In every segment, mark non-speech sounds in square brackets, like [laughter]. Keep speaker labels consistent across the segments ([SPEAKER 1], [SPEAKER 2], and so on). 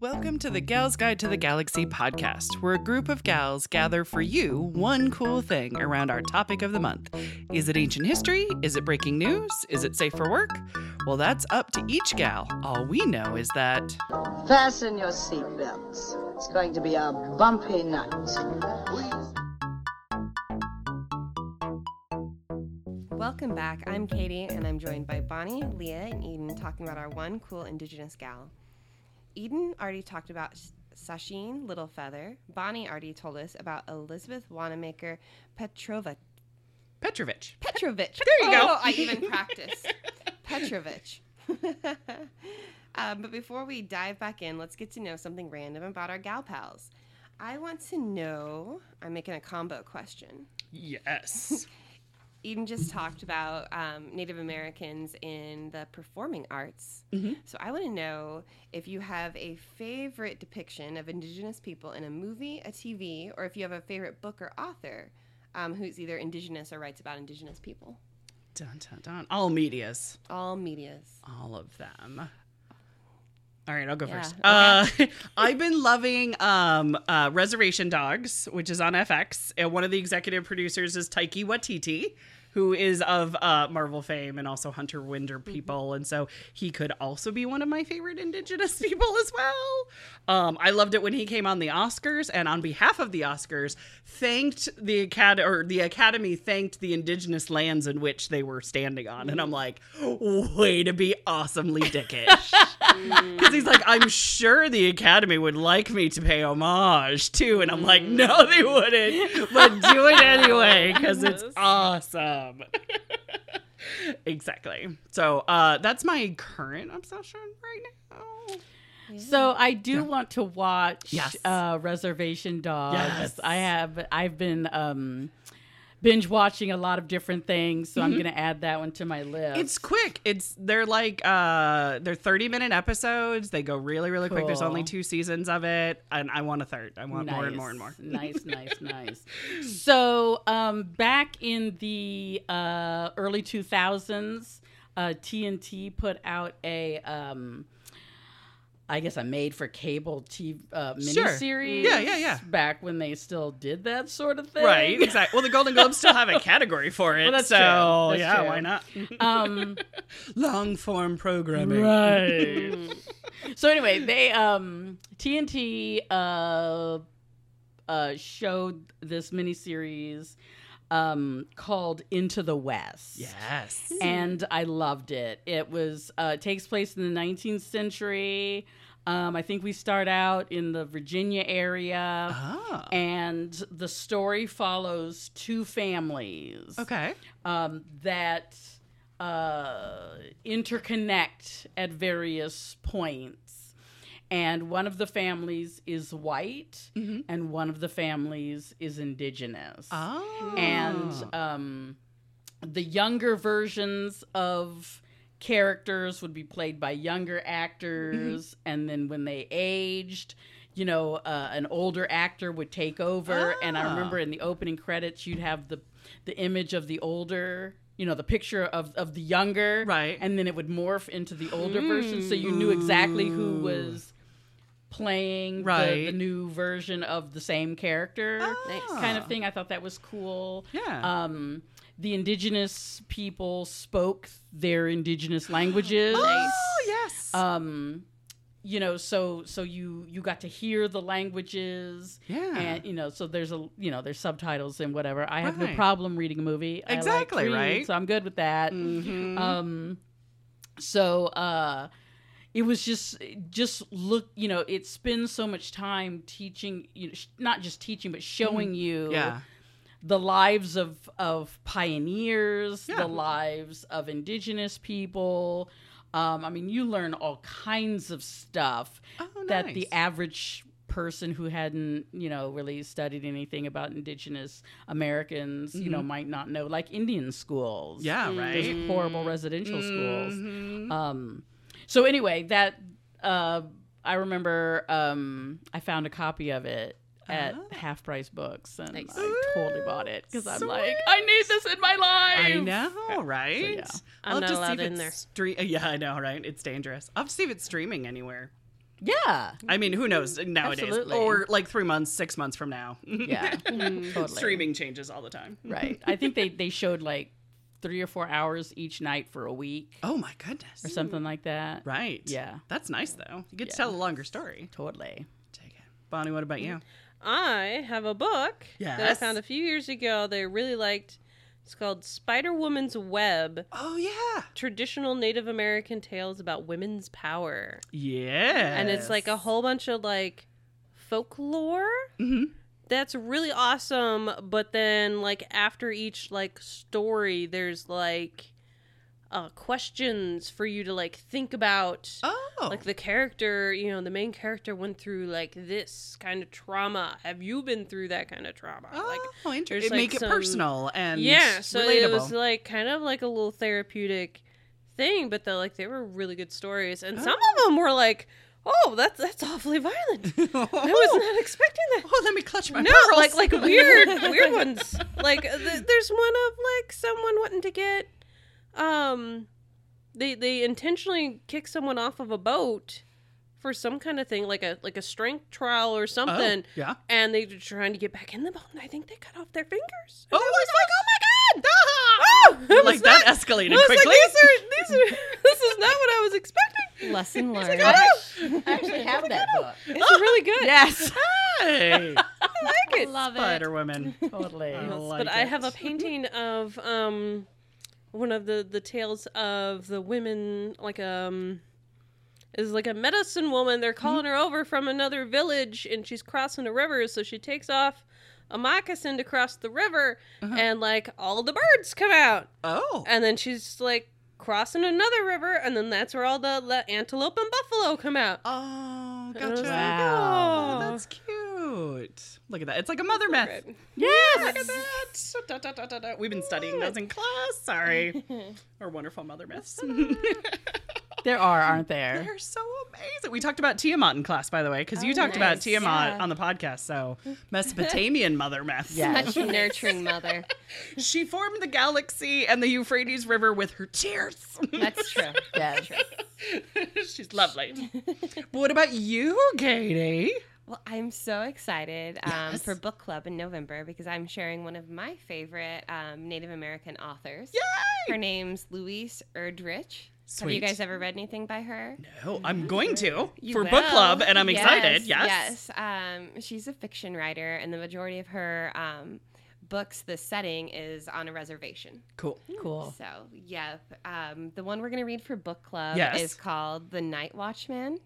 [SPEAKER 1] Welcome to the Gals Guide to the Galaxy podcast, where a group of gals gather for you one cool thing around our topic of the month. Is it ancient history? Is it breaking news? Is it safe for work? Well, that's up to each gal. All we know is that.
[SPEAKER 2] Fasten your seatbelts. It's going to be a bumpy night.
[SPEAKER 3] Welcome back. I'm Katie, and I'm joined by Bonnie, Leah, and Eden talking about our one cool Indigenous gal. Eden already talked about Sasheen Little Feather. Bonnie already told us about Elizabeth Wanamaker Petrova
[SPEAKER 1] Petrovich.
[SPEAKER 3] Petrovich.
[SPEAKER 1] There you go.
[SPEAKER 3] Oh, I
[SPEAKER 1] [laughs]
[SPEAKER 3] even practiced Petrovich. [laughs] um, but before we dive back in, let's get to know something random about our gal pals. I want to know. I'm making a combo question.
[SPEAKER 1] Yes.
[SPEAKER 3] Eden just talked about um, Native Americans in the performing arts. So I want to know if you have a favorite depiction of Indigenous people in a movie, a TV, or if you have a favorite book or author um, who's either Indigenous or writes about Indigenous people.
[SPEAKER 1] [laughs] Dun, dun, dun. All medias.
[SPEAKER 3] All medias.
[SPEAKER 1] all of them. All right, I'll go
[SPEAKER 3] Yeah,
[SPEAKER 1] first.
[SPEAKER 3] okay.
[SPEAKER 1] Uh, [laughs] I've been loving um, uh, Reservation Dogs, which is on FX, and one of the executive producers is Taiki Watiti, who is of uh, Marvel fame and also Hunter Winder
[SPEAKER 3] Mm-hmm.
[SPEAKER 1] people, and so he could also be one of my favorite Indigenous [laughs] people as well. Um, I loved it when he came on the Oscars, and on behalf of the Oscars, thanked the acad or the Academy thanked the Indigenous lands in which they were standing on, and I'm like,
[SPEAKER 3] Mm-hmm.
[SPEAKER 1] way to be awesomely
[SPEAKER 3] [laughs]
[SPEAKER 1] dickish. Because he's like, I'm sure the Academy would like me to pay homage too. And I'm like,
[SPEAKER 4] Mm.
[SPEAKER 1] no, they wouldn't. But do it anyway because it's awesome. [laughs] exactly. So uh, that's my current obsession right now.
[SPEAKER 4] So I do want to watch
[SPEAKER 1] Mm. Yes.
[SPEAKER 4] uh, Reservation Dogs.
[SPEAKER 1] Yes.
[SPEAKER 4] I have. I've been um, binge watching a lot of different things, so I'm going to add that one to my list.
[SPEAKER 1] Mm-hmm. It's quick. It's they're like uh they're 30 minute episodes. They go really really quick. There's
[SPEAKER 4] Cool.
[SPEAKER 1] only two seasons of it and I want a third. I want more and more and more.
[SPEAKER 4] nice,
[SPEAKER 1] [laughs]
[SPEAKER 4] nice, nice. So um, back in the uh, early 2000s, uh, TNT put out a. Um, I guess a made for cable TV uh,
[SPEAKER 1] Sure.
[SPEAKER 4] miniseries.
[SPEAKER 1] Yeah, yeah, yeah.
[SPEAKER 4] Back when they still did that sort of thing.
[SPEAKER 1] Right, exactly. Well, the Golden Globes still have a category for it.
[SPEAKER 4] Well, that's
[SPEAKER 1] so,
[SPEAKER 4] true. That's
[SPEAKER 1] yeah,
[SPEAKER 4] true.
[SPEAKER 1] why not?
[SPEAKER 4] Um,
[SPEAKER 1] Long form programming.
[SPEAKER 4] Right. so anyway, they um TNT uh uh showed this miniseries um called Into the West.
[SPEAKER 1] Yes.
[SPEAKER 4] And I loved it. It was uh it takes place in the 19th century. Um I think we start out in the Virginia area.
[SPEAKER 1] Ah.
[SPEAKER 4] And the story follows two families
[SPEAKER 1] Okay.
[SPEAKER 4] um, that uh, interconnect at various points. And one of the families is white,
[SPEAKER 1] Mhm.
[SPEAKER 4] and one of the families is indigenous.
[SPEAKER 1] Oh.
[SPEAKER 4] And um, the younger versions of characters would be played by younger actors, and then when they aged, you know, uh, an older actor would take over. And I
[SPEAKER 1] Ah.
[SPEAKER 4] remember in the opening credits, you'd have the the image of the older, you know, the picture of of the younger,
[SPEAKER 1] Right.
[SPEAKER 4] uh, and then it would morph into the older
[SPEAKER 1] Hmm.
[SPEAKER 4] version, so you knew exactly who
[SPEAKER 1] Ooh.
[SPEAKER 4] was playing the- the,
[SPEAKER 1] Right. Ah.
[SPEAKER 4] new version of the same character
[SPEAKER 3] Nice.
[SPEAKER 4] kind of thing. I thought that was cool.
[SPEAKER 1] Yeah.
[SPEAKER 4] Um, the indigenous people spoke their
[SPEAKER 1] [gasps]
[SPEAKER 4] indigenous languages.
[SPEAKER 1] Oh yes.
[SPEAKER 4] Um, you know, so so you you got to hear the languages.
[SPEAKER 1] yeah.
[SPEAKER 4] And you know, so there's a you know there's subtitles and whatever. I have no
[SPEAKER 1] Right.
[SPEAKER 4] problem reading a movie. I like to
[SPEAKER 1] Exactly,
[SPEAKER 4] read,
[SPEAKER 1] right?
[SPEAKER 4] So I'm good with that.
[SPEAKER 1] Mhm.
[SPEAKER 4] Um, so uh, it was just just look, you know, it spends so much time teaching, you know, sh- not just teaching, but showing you
[SPEAKER 1] Mm-hmm. yeah.
[SPEAKER 4] the lives of of pioneers,
[SPEAKER 1] Yeah.
[SPEAKER 4] the lives of indigenous people. Um, I mean, you learn all kinds of stuff
[SPEAKER 1] Oh,
[SPEAKER 4] that
[SPEAKER 1] nice.
[SPEAKER 4] the average person who hadn't, you know, really studied anything about indigenous Americans, you know, might not know, like Indian schools.
[SPEAKER 1] Mm-hmm. Yeah.
[SPEAKER 4] Those
[SPEAKER 1] Right.
[SPEAKER 4] horrible residential schools.
[SPEAKER 1] Mhm.
[SPEAKER 4] Um, so anyway, that uh, I remember um, I found a copy of it at
[SPEAKER 1] Ah.
[SPEAKER 4] Half Price Books, and
[SPEAKER 3] Nice.
[SPEAKER 4] I totally bought it because I'm like,
[SPEAKER 1] Sweet.
[SPEAKER 4] I need this in my life.
[SPEAKER 1] I know, right?
[SPEAKER 4] yeah.
[SPEAKER 1] I'll
[SPEAKER 3] I'm not
[SPEAKER 1] just see
[SPEAKER 3] allowed
[SPEAKER 1] if
[SPEAKER 3] in
[SPEAKER 1] it's [laughs]
[SPEAKER 3] there.
[SPEAKER 1] stre- yeah, I know, right? It's dangerous. I'll have to see if it's streaming anywhere.
[SPEAKER 4] Yeah.
[SPEAKER 1] I mean, who knows nowadays?
[SPEAKER 4] Mm-hmm. Absolutely.
[SPEAKER 1] Or like three months, six months from now. [laughs]
[SPEAKER 4] Yeah. totally.
[SPEAKER 1] Hmm. Streaming changes all the time.
[SPEAKER 4] Right. I think they, they showed like three or four hours each night for a week
[SPEAKER 1] Oh my
[SPEAKER 4] or
[SPEAKER 1] goodness.
[SPEAKER 4] something like that.
[SPEAKER 1] Right.
[SPEAKER 4] Yeah.
[SPEAKER 1] That's nice though. You get to
[SPEAKER 4] Yeah.
[SPEAKER 1] tell a longer story. [laughs]
[SPEAKER 4] Totally.
[SPEAKER 1] Take it. Bonnie, what about you?
[SPEAKER 5] I have a book that I
[SPEAKER 1] Yes.
[SPEAKER 5] found a few years ago that I really liked. It's called Spider Woman's Web
[SPEAKER 1] Oh yeah.
[SPEAKER 5] Traditional Native American Tales About Women's Power.
[SPEAKER 1] Yeah.
[SPEAKER 5] And it's like a whole bunch of like folklore
[SPEAKER 1] Mhm.
[SPEAKER 5] that's really awesome. But then, like, after each like story, there's like uh, questions for you to like think about
[SPEAKER 1] Oh.
[SPEAKER 5] like the character you know the main character went through like this kind of trauma have you been through that kind of trauma
[SPEAKER 1] oh,
[SPEAKER 5] like
[SPEAKER 1] interesting.
[SPEAKER 5] there's,
[SPEAKER 1] It
[SPEAKER 5] like,
[SPEAKER 1] make it
[SPEAKER 5] some-
[SPEAKER 1] personal and
[SPEAKER 5] yeah so
[SPEAKER 1] relatable.
[SPEAKER 5] it was
[SPEAKER 1] [laughs]
[SPEAKER 5] like kind of like a little therapeutic thing but the like they were really good stories and some of them were like oh that's that's awfully violent
[SPEAKER 1] oh,
[SPEAKER 5] i was not expecting
[SPEAKER 1] [laughs]
[SPEAKER 5] that
[SPEAKER 1] oh, let me clutch my
[SPEAKER 5] no
[SPEAKER 1] pearls.
[SPEAKER 5] like like
[SPEAKER 1] [laughs]
[SPEAKER 5] weird weird ones like uh, th- there's one of like someone wanting to get um they they intentionally kick someone off of a boat for some kind of thing like a like a strength trial or
[SPEAKER 1] Oh,
[SPEAKER 5] something
[SPEAKER 1] yeah.
[SPEAKER 5] and they were trying to get back in the boat and i think they cut off their fingers
[SPEAKER 1] Oh, my Ah!
[SPEAKER 5] god oh my god
[SPEAKER 1] [laughs] Like that escalated
[SPEAKER 5] I was like,
[SPEAKER 1] quickly.
[SPEAKER 5] these are [laughs] these are this is not what i was expecting
[SPEAKER 3] Lesson learned.
[SPEAKER 4] I actually have that book.
[SPEAKER 5] it's really good [laughs]
[SPEAKER 4] Yes.
[SPEAKER 1] Hey,
[SPEAKER 5] i like it
[SPEAKER 3] Love
[SPEAKER 1] Spider Woman.
[SPEAKER 4] Totally.
[SPEAKER 1] I
[SPEAKER 5] Yes,
[SPEAKER 1] like
[SPEAKER 5] but I
[SPEAKER 1] it.
[SPEAKER 5] have a painting of um one of the the tales of the women like um is like a medicine woman. They're calling her over from another village and she's crossing a river, so she takes off a moccasin to cross the river and like all the birds come out.
[SPEAKER 1] [laughs] Oh,
[SPEAKER 5] And then she's like crossing another river and then that's where all the, the antelope and buffalo come out.
[SPEAKER 1] oh,
[SPEAKER 5] And I was
[SPEAKER 1] gotcha.
[SPEAKER 5] like,
[SPEAKER 4] Wow.
[SPEAKER 1] Oh,
[SPEAKER 5] "Oh."
[SPEAKER 1] that's cute. Look at that. It's like a mother myth.
[SPEAKER 5] Right.
[SPEAKER 1] Look at that. Da, da, da, da, da. We've been studying those in class. Sorry. [laughs] Our wonderful mother [laughs] myths.
[SPEAKER 4] There are, aren't there?
[SPEAKER 1] They're so amazing. We talked about Tiamat in class, by the way, because you talked about Tiamat on the podcast. [laughs] So, Mesopotamian mother myth.
[SPEAKER 4] Yes.
[SPEAKER 3] Such a nurturing mother.
[SPEAKER 1] [laughs] She formed the galaxy and the Euphrates River with her tears. [laughs]
[SPEAKER 3] That's true.
[SPEAKER 4] Yes.
[SPEAKER 1] She's
[SPEAKER 3] [laughs]
[SPEAKER 1] lovely. But what about you, Katie?
[SPEAKER 3] Well, I'm so excited um,
[SPEAKER 1] Yes.
[SPEAKER 3] for book club in November because I'm sharing one of my favorite um, Native American authors. Her name's Louise Erdrich. Have you
[SPEAKER 1] Sweet.
[SPEAKER 3] guys ever read anything by her?
[SPEAKER 1] No, I'm going to
[SPEAKER 3] You
[SPEAKER 1] for
[SPEAKER 3] will.
[SPEAKER 1] book club, and I'm excited. Yes.
[SPEAKER 3] Yes. Um, she's a fiction writer, and the majority of her um, books, the setting is on a reservation.
[SPEAKER 1] Cool.
[SPEAKER 4] Cool.
[SPEAKER 3] So, yep. Um, the one we're going to read for book club
[SPEAKER 1] Yes.
[SPEAKER 3] is called The Night Watchman.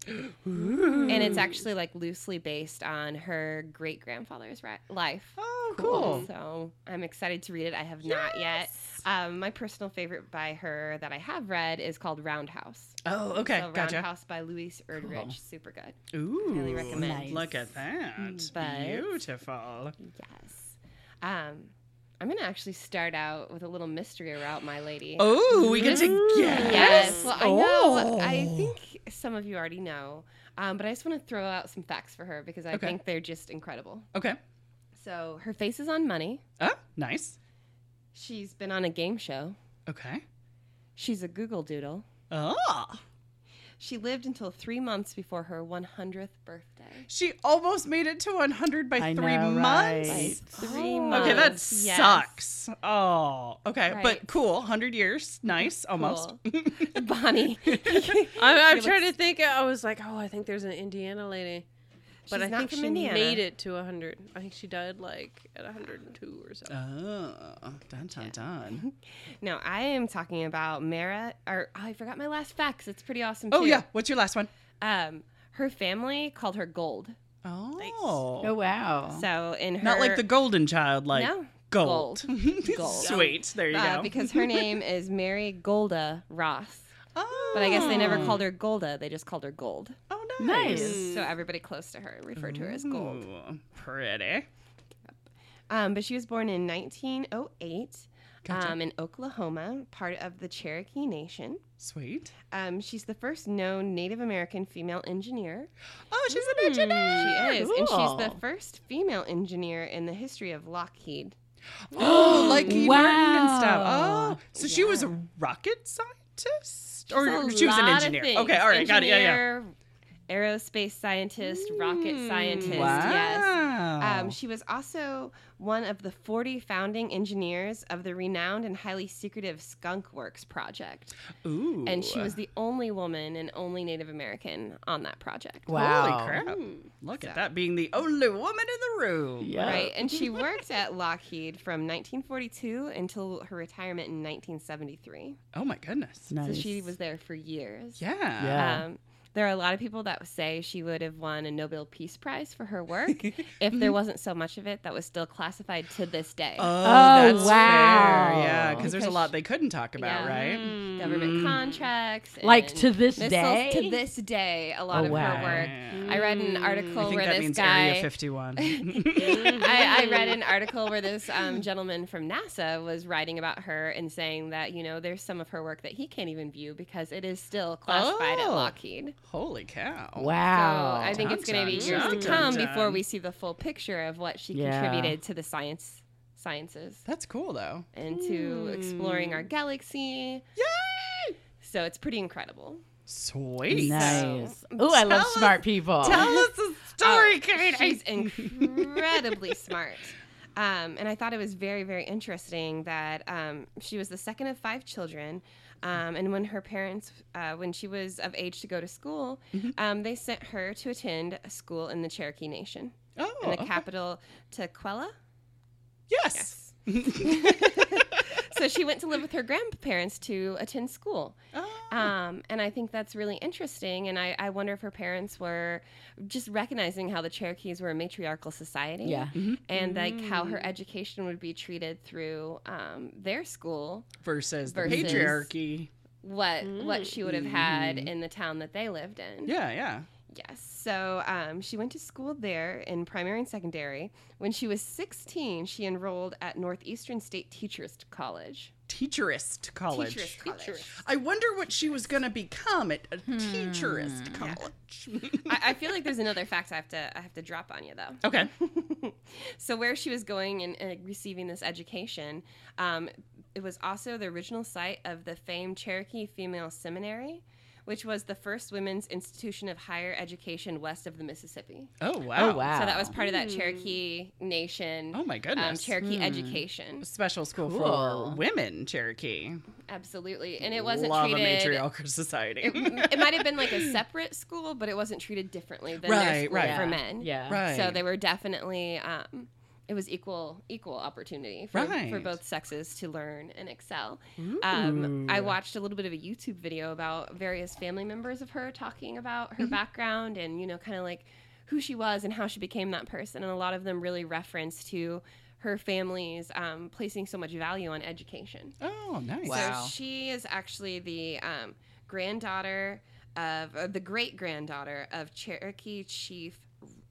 [SPEAKER 3] And it's actually like loosely based on her great grandfather's ri- life.
[SPEAKER 1] Oh, cool.
[SPEAKER 3] So I'm excited to read it. I have not yet. Um, my personal favorite by her that I have read is called Roundhouse.
[SPEAKER 1] Oh, okay.
[SPEAKER 3] so
[SPEAKER 1] gotcha.
[SPEAKER 3] Roundhouse by Louise Erdrich.
[SPEAKER 1] Cool.
[SPEAKER 3] Super good.
[SPEAKER 1] Ooh.
[SPEAKER 3] Highly recommend. Mm,
[SPEAKER 1] Look at that.
[SPEAKER 3] But-
[SPEAKER 1] Beautiful.
[SPEAKER 3] Yes. Um, I'm going to actually start out with a little mystery route, my lady.
[SPEAKER 1] Oh, we get to guess.
[SPEAKER 3] Mm-hmm. Yes. Well, I know.
[SPEAKER 1] Oh.
[SPEAKER 3] I think some of you already know, um, but I just want to throw out some facts for her because I
[SPEAKER 1] Okay.
[SPEAKER 3] think they're just incredible.
[SPEAKER 1] Okay.
[SPEAKER 3] So her face is on money.
[SPEAKER 1] Oh, nice.
[SPEAKER 3] She's been on a game show.
[SPEAKER 1] Okay.
[SPEAKER 3] She's a Google Doodle.
[SPEAKER 1] Oh,
[SPEAKER 3] Ah. She lived until three months before her 100th birthday.
[SPEAKER 1] she almost made it to 100 by
[SPEAKER 4] I
[SPEAKER 1] three
[SPEAKER 4] know,
[SPEAKER 1] months.
[SPEAKER 4] right?
[SPEAKER 3] Three months.
[SPEAKER 1] Okay, that
[SPEAKER 3] Oh. Yes.
[SPEAKER 1] sucks. Oh, okay, but
[SPEAKER 3] Right.
[SPEAKER 1] cool. 100 years. Nice, almost.
[SPEAKER 3] Cool. [laughs]
[SPEAKER 1] [laughs]
[SPEAKER 3] Bonnie.
[SPEAKER 5] I, I'm trying to think. I was like, oh, I think there's an Indiana lady, but
[SPEAKER 3] She's
[SPEAKER 5] I
[SPEAKER 3] not
[SPEAKER 5] think
[SPEAKER 3] from
[SPEAKER 5] she
[SPEAKER 3] Indiana.
[SPEAKER 5] made it to 100. I think she died like at 102 or something.
[SPEAKER 1] Oh, dun dun dun.
[SPEAKER 3] No, I am talking about Mara. Or oh, I forgot my last facts. It's pretty awesome. Too.
[SPEAKER 1] Oh, yeah. What's your last one?
[SPEAKER 3] Um, her family called her Gold.
[SPEAKER 1] Oh,
[SPEAKER 4] Oh wow.
[SPEAKER 3] So in her
[SPEAKER 1] not like the golden child, like
[SPEAKER 3] No,
[SPEAKER 1] gold. [laughs]
[SPEAKER 3] Gold.
[SPEAKER 1] Sweet. There you
[SPEAKER 3] uh,
[SPEAKER 1] go.
[SPEAKER 3] because
[SPEAKER 1] [laughs]
[SPEAKER 3] her name is Mary Golda Ross.
[SPEAKER 1] oh,
[SPEAKER 3] But I guess they never called her Golda, they just called her Gold.
[SPEAKER 1] Oh, nice. Mm.
[SPEAKER 4] Nice.
[SPEAKER 3] So everybody close to her referred to her as Gold.
[SPEAKER 1] Ooh, pretty.
[SPEAKER 3] Um, but she was born in 1908
[SPEAKER 1] Gotcha.
[SPEAKER 3] um, in Oklahoma, part of the Cherokee Nation.
[SPEAKER 1] Sweet.
[SPEAKER 3] Um, she's the first known Native American female engineer.
[SPEAKER 1] Oh, she's an engineer. [gasps]
[SPEAKER 3] She is. And she's the
[SPEAKER 4] cool.
[SPEAKER 3] first female engineer in the history of Lockheed.
[SPEAKER 1] Oh, like Edie Merton and stuff.
[SPEAKER 4] Wow.
[SPEAKER 1] Oh, so she was a rocket scientist,
[SPEAKER 3] She's
[SPEAKER 1] or
[SPEAKER 3] a
[SPEAKER 1] she was an
[SPEAKER 3] lot of
[SPEAKER 1] engineer.
[SPEAKER 3] things.
[SPEAKER 1] Okay, all right, got it. Yeah, yeah.
[SPEAKER 3] Engineer, aerospace scientist, rocket scientist. Yes.
[SPEAKER 1] Wow.
[SPEAKER 3] Um, she was also one of the 40 founding engineers of the renowned and highly secretive Skunk Works project.
[SPEAKER 1] Ooh.
[SPEAKER 3] And she was the only woman and only Native American on that project.
[SPEAKER 4] Wow.
[SPEAKER 1] Holy crap.
[SPEAKER 3] Mm.
[SPEAKER 1] Look at that being the only woman in the room.
[SPEAKER 4] Yeah.
[SPEAKER 3] Right. And she worked at Lockheed from 1942 until her retirement in 1973.
[SPEAKER 1] Oh my goodness.
[SPEAKER 4] Nice.
[SPEAKER 3] So she was there for years.
[SPEAKER 1] Yeah.
[SPEAKER 4] Yeah.
[SPEAKER 3] Um, there are a lot of people that say she would have won a Nobel Peace Prize for her
[SPEAKER 4] [laughs]
[SPEAKER 3] work if there wasn't so much of it that was still classified to this day.
[SPEAKER 1] Oh, that's
[SPEAKER 4] wow.
[SPEAKER 1] fair. Yeah, because there's a
[SPEAKER 3] Because
[SPEAKER 1] lot they couldn't talk about,
[SPEAKER 3] yeah.
[SPEAKER 5] Mm-hmm.
[SPEAKER 1] right?
[SPEAKER 3] Government contracts.
[SPEAKER 4] Like,
[SPEAKER 3] and
[SPEAKER 4] to this
[SPEAKER 3] missiles
[SPEAKER 4] day?
[SPEAKER 3] To this day, a lot
[SPEAKER 4] Oh,
[SPEAKER 3] of
[SPEAKER 4] wow.
[SPEAKER 3] her work. I read an article
[SPEAKER 1] Mm. I think
[SPEAKER 3] where
[SPEAKER 1] that
[SPEAKER 3] this
[SPEAKER 1] means
[SPEAKER 3] guy.
[SPEAKER 1] Area 51. [laughs]
[SPEAKER 5] [laughs]
[SPEAKER 3] I, I read an article where this um, gentleman from NASA was writing about her and saying that you know there's some of her work that he can't even view because it is still classified at
[SPEAKER 1] Oh.
[SPEAKER 3] Lockheed.
[SPEAKER 1] Holy cow.
[SPEAKER 3] So
[SPEAKER 4] Wow.
[SPEAKER 3] I think it's going to be
[SPEAKER 1] Dun,
[SPEAKER 3] years to
[SPEAKER 1] dun,
[SPEAKER 3] come
[SPEAKER 1] dun.
[SPEAKER 3] before we see the full picture of what she
[SPEAKER 4] Yeah.
[SPEAKER 3] contributed to the science sciences
[SPEAKER 1] That's cool, though.
[SPEAKER 3] and to exploring our galaxy.
[SPEAKER 1] Hmm. Yay!
[SPEAKER 3] So it's pretty incredible.
[SPEAKER 1] Sweet.
[SPEAKER 4] nice. Oh, I love
[SPEAKER 1] us-
[SPEAKER 4] smart people.
[SPEAKER 1] Tell us Oh, a story, Kate.
[SPEAKER 3] Oh, She's [laughs] incredibly [laughs] smart. Um, and I thought it was very, very interesting that um, she was the second of five children. Um, and when her parents, uh, when she was of age to go to school,
[SPEAKER 1] Mm-hmm.
[SPEAKER 3] um, they sent her to attend a school in the Cherokee Nation,
[SPEAKER 1] oh,
[SPEAKER 3] in the
[SPEAKER 1] okay.
[SPEAKER 3] capital Tequila.
[SPEAKER 1] yes. [laughs]
[SPEAKER 3] [laughs] So she went to live with her grandparents to attend school.
[SPEAKER 1] Uh,
[SPEAKER 3] Um, and I think that's really interesting. And I, I wonder if her parents were just recognizing how the Cherokees were a matriarchal society.
[SPEAKER 4] Yeah.
[SPEAKER 3] And like how her education would be treated through um, their school,
[SPEAKER 1] Versus the
[SPEAKER 3] Versus-
[SPEAKER 1] patriarchy.
[SPEAKER 3] what what she would have had in the town that they lived in.
[SPEAKER 1] Yeah, yeah.
[SPEAKER 3] Yes. So um, she went to school there in primary and secondary. When she was 16, she enrolled at Northeastern State Teachers College.
[SPEAKER 1] Teacherist college.
[SPEAKER 3] Teachers College.
[SPEAKER 1] I wonder what she was going to become at a teacherist college.
[SPEAKER 3] I, I feel like there's another fact I have to I have to drop on you though.
[SPEAKER 1] okay.
[SPEAKER 3] So where she was going and uh, receiving this education, um, it was also the original site of the famed Cherokee Female Seminary, which was the first women's institution of higher education west of the Mississippi.
[SPEAKER 1] [laughs] Oh, wow.
[SPEAKER 4] Oh, wow.
[SPEAKER 3] So that was part of that Cherokee Nation.
[SPEAKER 1] Oh, my
[SPEAKER 3] Um,
[SPEAKER 1] goodness.
[SPEAKER 3] Cherokee education,
[SPEAKER 1] Special school
[SPEAKER 4] Cool.
[SPEAKER 1] for women, Cherokee.
[SPEAKER 3] absolutely, and it wasn't
[SPEAKER 1] Love
[SPEAKER 3] treated.
[SPEAKER 1] a matriarchal [laughs] society.
[SPEAKER 3] [laughs] it might have been like a separate school, but it wasn't treated differently than
[SPEAKER 1] Right,
[SPEAKER 3] their school
[SPEAKER 1] right.
[SPEAKER 3] for
[SPEAKER 1] Yeah.
[SPEAKER 3] men.
[SPEAKER 4] Yeah.
[SPEAKER 1] right.
[SPEAKER 3] So they were definitely um, it was equal equal opportunity for, for
[SPEAKER 1] Right.
[SPEAKER 3] both sexes to learn and excel. Um, I watched a little bit of a YouTube video about various family members of her talking about
[SPEAKER 1] Mm-hmm.
[SPEAKER 3] her background and you know kind of like who she was and how she became that person, and a lot of them really reference to her family's um, placing so much value on education.
[SPEAKER 1] Oh, nice.
[SPEAKER 4] Wow.
[SPEAKER 3] So she is actually the um, granddaughter of uh, the great granddaughter of Cherokee Chief